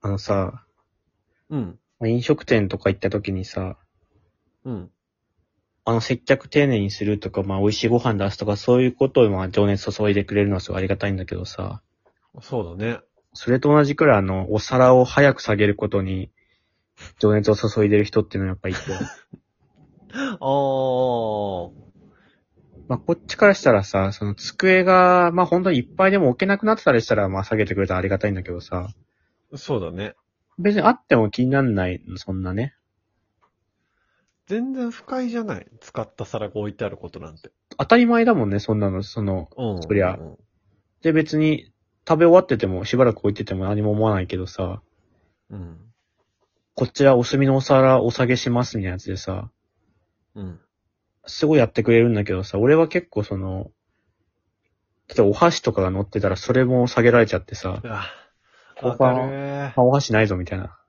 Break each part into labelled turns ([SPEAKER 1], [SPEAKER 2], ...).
[SPEAKER 1] あのさ、
[SPEAKER 2] うん。
[SPEAKER 1] まあ飲食店とか行った時にさ、
[SPEAKER 2] うん。
[SPEAKER 1] あの接客丁寧にするとか、まあ美味しいご飯出すとか、そういうことをまあ情熱注いでくれるのはすごいありがたいんだけどさ、
[SPEAKER 2] そうだね。
[SPEAKER 1] それと同じくらいあの、お皿を早く下げることに、情熱を注いでる人っていうのはやっぱいて、
[SPEAKER 2] あー。
[SPEAKER 1] まあこっちからしたらさ、その机が、まあ本当にいっぱいでも置けなくなってたりしたら、まあ下げてくれたらありがたいんだけどさ、
[SPEAKER 2] そうだね。
[SPEAKER 1] 別にあっても気になんない、そんなね。
[SPEAKER 2] 全然不快じゃない。使った皿が置いてあることなんて。
[SPEAKER 1] 当たり前だもんね、そんなの、その、
[SPEAKER 2] うん。
[SPEAKER 1] そりゃ
[SPEAKER 2] うん
[SPEAKER 1] で別に、食べ終わってても、しばらく置いてても何も思わないけどさ、
[SPEAKER 2] うん。
[SPEAKER 1] こちらお墨のお皿お下げしますみたいなやつでさ、
[SPEAKER 2] うん。
[SPEAKER 1] すごいやってくれるんだけどさ、俺は結構その、例えばお箸とかが乗ってたらそれも下げられちゃってさ、
[SPEAKER 2] あ、
[SPEAKER 1] こ
[SPEAKER 2] わ
[SPEAKER 1] こは
[SPEAKER 2] かるね
[SPEAKER 1] あお箸ないぞみたいな。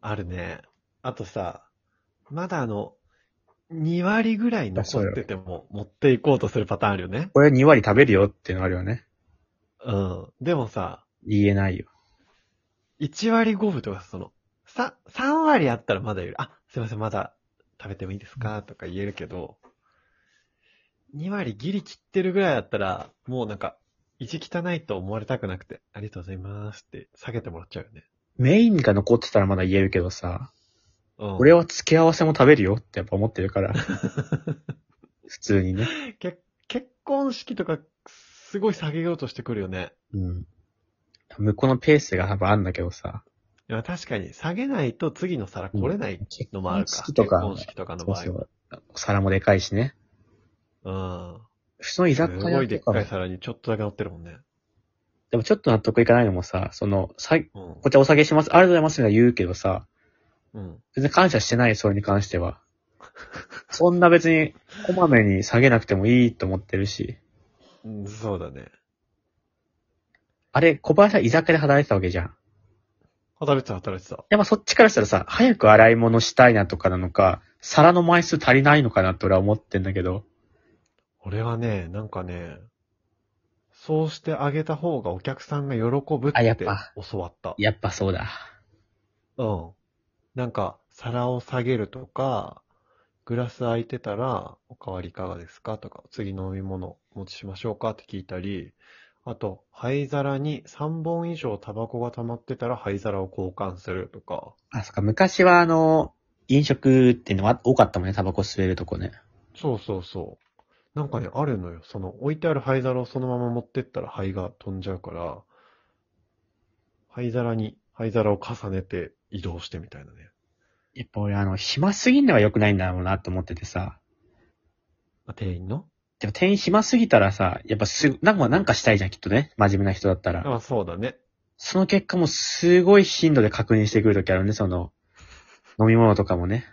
[SPEAKER 2] あるね。あとさ、まだあの、2割ぐらい残ってても持っていこうとするパターンあるよね。
[SPEAKER 1] これ2割食べるよっていうのあるよね。
[SPEAKER 2] うん。でもさ、
[SPEAKER 1] 言えないよ。
[SPEAKER 2] 1割5分とかその、さ、3割あったらまだ言る。あ、すいません、まだ食べてもいいですかとか言えるけど、2割ギリ切ってるぐらいだったら、もうなんか、意地汚いと思われたくなくて、ありがとうございますって下げてもらっちゃうよね。
[SPEAKER 1] メインが残ってたらまだ言えるけどさ、
[SPEAKER 2] うん。
[SPEAKER 1] 俺は付け合わせも食べるよってやっぱ思ってる から、普通にね。
[SPEAKER 2] け結婚式とか、すごい下げようとしてくるよね。
[SPEAKER 1] うん。向こうのペースが多分あんだけどさ、
[SPEAKER 2] いや、確かに、下げないと次の皿来れない
[SPEAKER 1] 結
[SPEAKER 2] のもあ
[SPEAKER 1] 婚
[SPEAKER 2] るか。
[SPEAKER 1] 式とか、
[SPEAKER 2] 結婚式とかの
[SPEAKER 1] そう
[SPEAKER 2] 場合
[SPEAKER 1] そう。お皿もでかいしね。
[SPEAKER 2] は。
[SPEAKER 1] 普通の居
[SPEAKER 2] うん。
[SPEAKER 1] 酒
[SPEAKER 2] すごいで
[SPEAKER 1] 屋とか
[SPEAKER 2] っか
[SPEAKER 1] も
[SPEAKER 2] い皿にちょっとだけ乗ってるもんね。
[SPEAKER 1] でもちょっと納得いかないのもさ、その、さ、
[SPEAKER 2] うん
[SPEAKER 1] こ。ちらお下げします、ありがとうございますみたいな言うけどさ、
[SPEAKER 2] うん。
[SPEAKER 1] 全然感謝してない、それに関しては。そんな別に、こまめに下げなくてもいいと思ってるし。
[SPEAKER 2] うん、そうだね。
[SPEAKER 1] あれ、小林さん居酒屋で働いてたわけじゃん。
[SPEAKER 2] 働いてた、働いてた。
[SPEAKER 1] やっぱそっちからしたらさ、早く洗い物したいなとかなのか、皿の枚数足りないのかなって俺は思ってんだけど、
[SPEAKER 2] 俺はね、なんかね、そうしてあげた方がお客さんが喜ぶ
[SPEAKER 1] あや
[SPEAKER 2] っ
[SPEAKER 1] ってぱ
[SPEAKER 2] 教わった。
[SPEAKER 1] やっぱそうだ。
[SPEAKER 2] うん。なんか、皿を下げるとか、グラス空いてたら、おかわりいかがですかとか、次飲み物お持ちしましょうかって聞いたり、あと、灰皿に3本以上タバコが溜まってたら灰皿を交換するとか、
[SPEAKER 1] あ、そっか、昔はあの、飲食っていうのは多かったもんね、タバコ吸えるとこね。
[SPEAKER 2] そうそうそう。なんかね、あるのよ。その、置いてある灰皿をそのまま持ってったら灰が飛んじゃうから、灰皿に灰皿を重ねて移動してみたいなね。
[SPEAKER 1] やっぱ俺あの、暇すぎんのは良くないんだろうなと思っててさ。
[SPEAKER 2] あ、店員の
[SPEAKER 1] でも店員暇すぎたらさ、やっぱすぐ、なんかなんかしたいじゃん、きっとね。真面目な人だったら。
[SPEAKER 2] あ、そうだね。
[SPEAKER 1] その結果もすごい頻度で確認してくるときあるね、その、飲み物とかもね。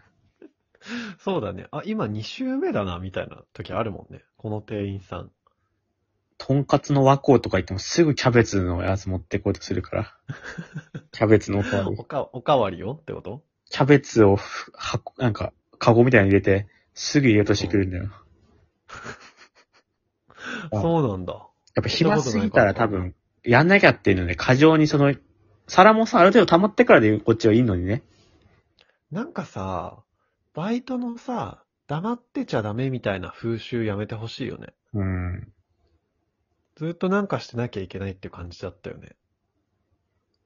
[SPEAKER 2] そうだね。あ、今2周目だな、みたいな時あるもんね。この店員さん。
[SPEAKER 1] とんかつの和光とか言ってもすぐキャベツのやつ持ってこうとする から。キャベツのおかわり
[SPEAKER 2] おか、おかわりよってこと
[SPEAKER 1] キャベツをふ、箱、なんか、カゴみたいに入れて、すぐ入れようとしてくるんだよ。あ
[SPEAKER 2] そうなんだ。
[SPEAKER 1] やっぱ暇すぎたら多分、やんなきゃっていうので、過剰にその、皿もさ、ある程度溜まってからでこっちはいいのにね。
[SPEAKER 2] なんかさ、バイトのさ、黙ってちゃダメみたいな風習やめてほしいよね。
[SPEAKER 1] うん。
[SPEAKER 2] ずっとなんかしてなきゃいけないっていう感じだったよね。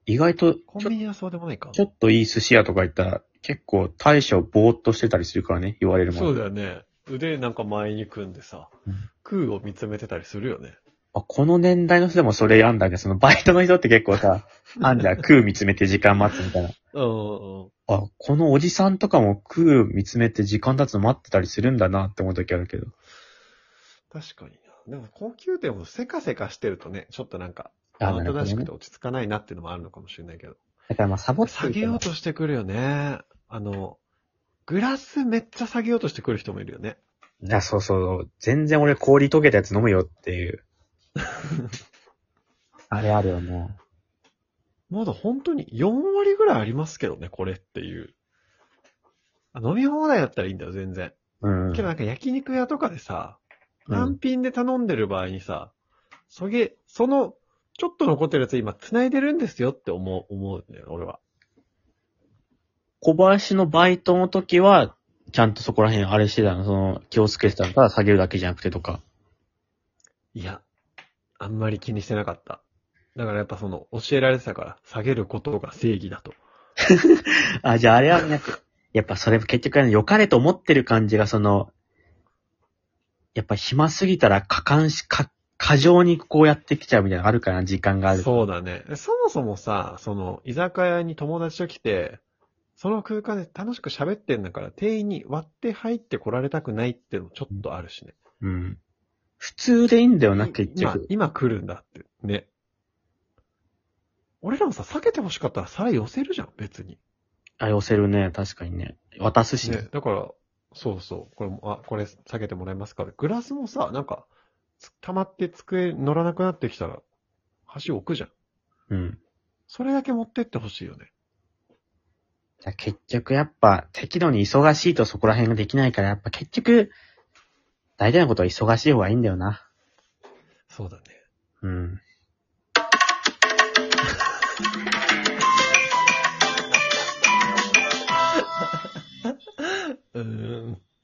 [SPEAKER 1] 意外とち
[SPEAKER 2] コン
[SPEAKER 1] ょ
[SPEAKER 2] ビ、ニはそうでもないか。
[SPEAKER 1] ちょっといい寿司屋とか行ったら、結構大将ぼーっとしてたりするからね、言われるもん。
[SPEAKER 2] そうだよね。腕なんか前に組んでさ
[SPEAKER 1] うん、
[SPEAKER 2] 空を見つめてたりするよね。
[SPEAKER 1] あこの年代の人でもそれやんだね。そのバイトの人って結構 さ、あんじゃん、空見つめて時間待つみたいな。
[SPEAKER 2] うんうんうん。
[SPEAKER 1] あ、このおじさんとかも空見つめて時間経つの待ってたりするんだなって思う時あるけど。
[SPEAKER 2] 確かにな。でも高級店もせかせかしてるとね、ちょっとなんか、
[SPEAKER 1] あ
[SPEAKER 2] 慌ただしく
[SPEAKER 1] ね
[SPEAKER 2] て落ち着かないなっていうのもあるのかもしれないけど。
[SPEAKER 1] だからまあサボって
[SPEAKER 2] 下げようとしてくるよね。あの、グラスめっちゃ下げようとしてくる人もいるよね。
[SPEAKER 1] いや、そうそう。全然俺氷溶けたやつ飲むよって いう。あれあるよね。
[SPEAKER 2] まだ本当に4割ぐらいありますけどね、これっていう。あ飲み放題だったらいいんだよ、全然。
[SPEAKER 1] うん。
[SPEAKER 2] けどなんか焼肉屋とかでさ、
[SPEAKER 1] うん
[SPEAKER 2] 単品で頼んでる場合にさ、そげ、そのちょっと残ってるやつ今繋いでるんですよって思う、思うんだよ、俺は。
[SPEAKER 1] 小林のバイトの時は、ちゃんとそこら辺あれしてたの、その、気をつけてたの、ただ下げるだけじゃなくてとか。
[SPEAKER 2] いや、あんまり気にしてなかった。だからやっぱその、教えられてたから、下げることが正義だと。
[SPEAKER 1] あ、じゃああれはなんか、やっぱそれ結局あの良かれと思ってる感じがその、やっぱ暇すぎたら過干し、か、過剰にこうやってきちゃうみたいなのあるからな、時間がある。
[SPEAKER 2] そうだね。そもそもさ、その、居酒屋に友達と来て、その空間で楽しく喋ってんだから、店員に割って入って来られたくないってのもちょっとあるしね。
[SPEAKER 1] うん。普通でいいんだよな、
[SPEAKER 2] い
[SPEAKER 1] 結
[SPEAKER 2] 今
[SPEAKER 1] 局。、
[SPEAKER 2] 今来るんだって。ね。俺らもさ、避けて欲しかったら皿寄せるじゃん、別に。
[SPEAKER 1] あ、寄せるね、確かにね。渡すしね。
[SPEAKER 2] ね。だから、そうそう。これも、あ、これ避けてもらえますかグラスもさ、なんか、つ溜まって机乗らなくなってきたら、箸置くじゃん。
[SPEAKER 1] うん。
[SPEAKER 2] それだけ持ってってほしいよね。
[SPEAKER 1] じゃあ結局やっぱ適度に忙しいとそこら辺ができないから、やっぱ結局、大事なことは忙しい方がいいんだよな。
[SPEAKER 2] そうだね。
[SPEAKER 1] うん。
[SPEAKER 2] うーん。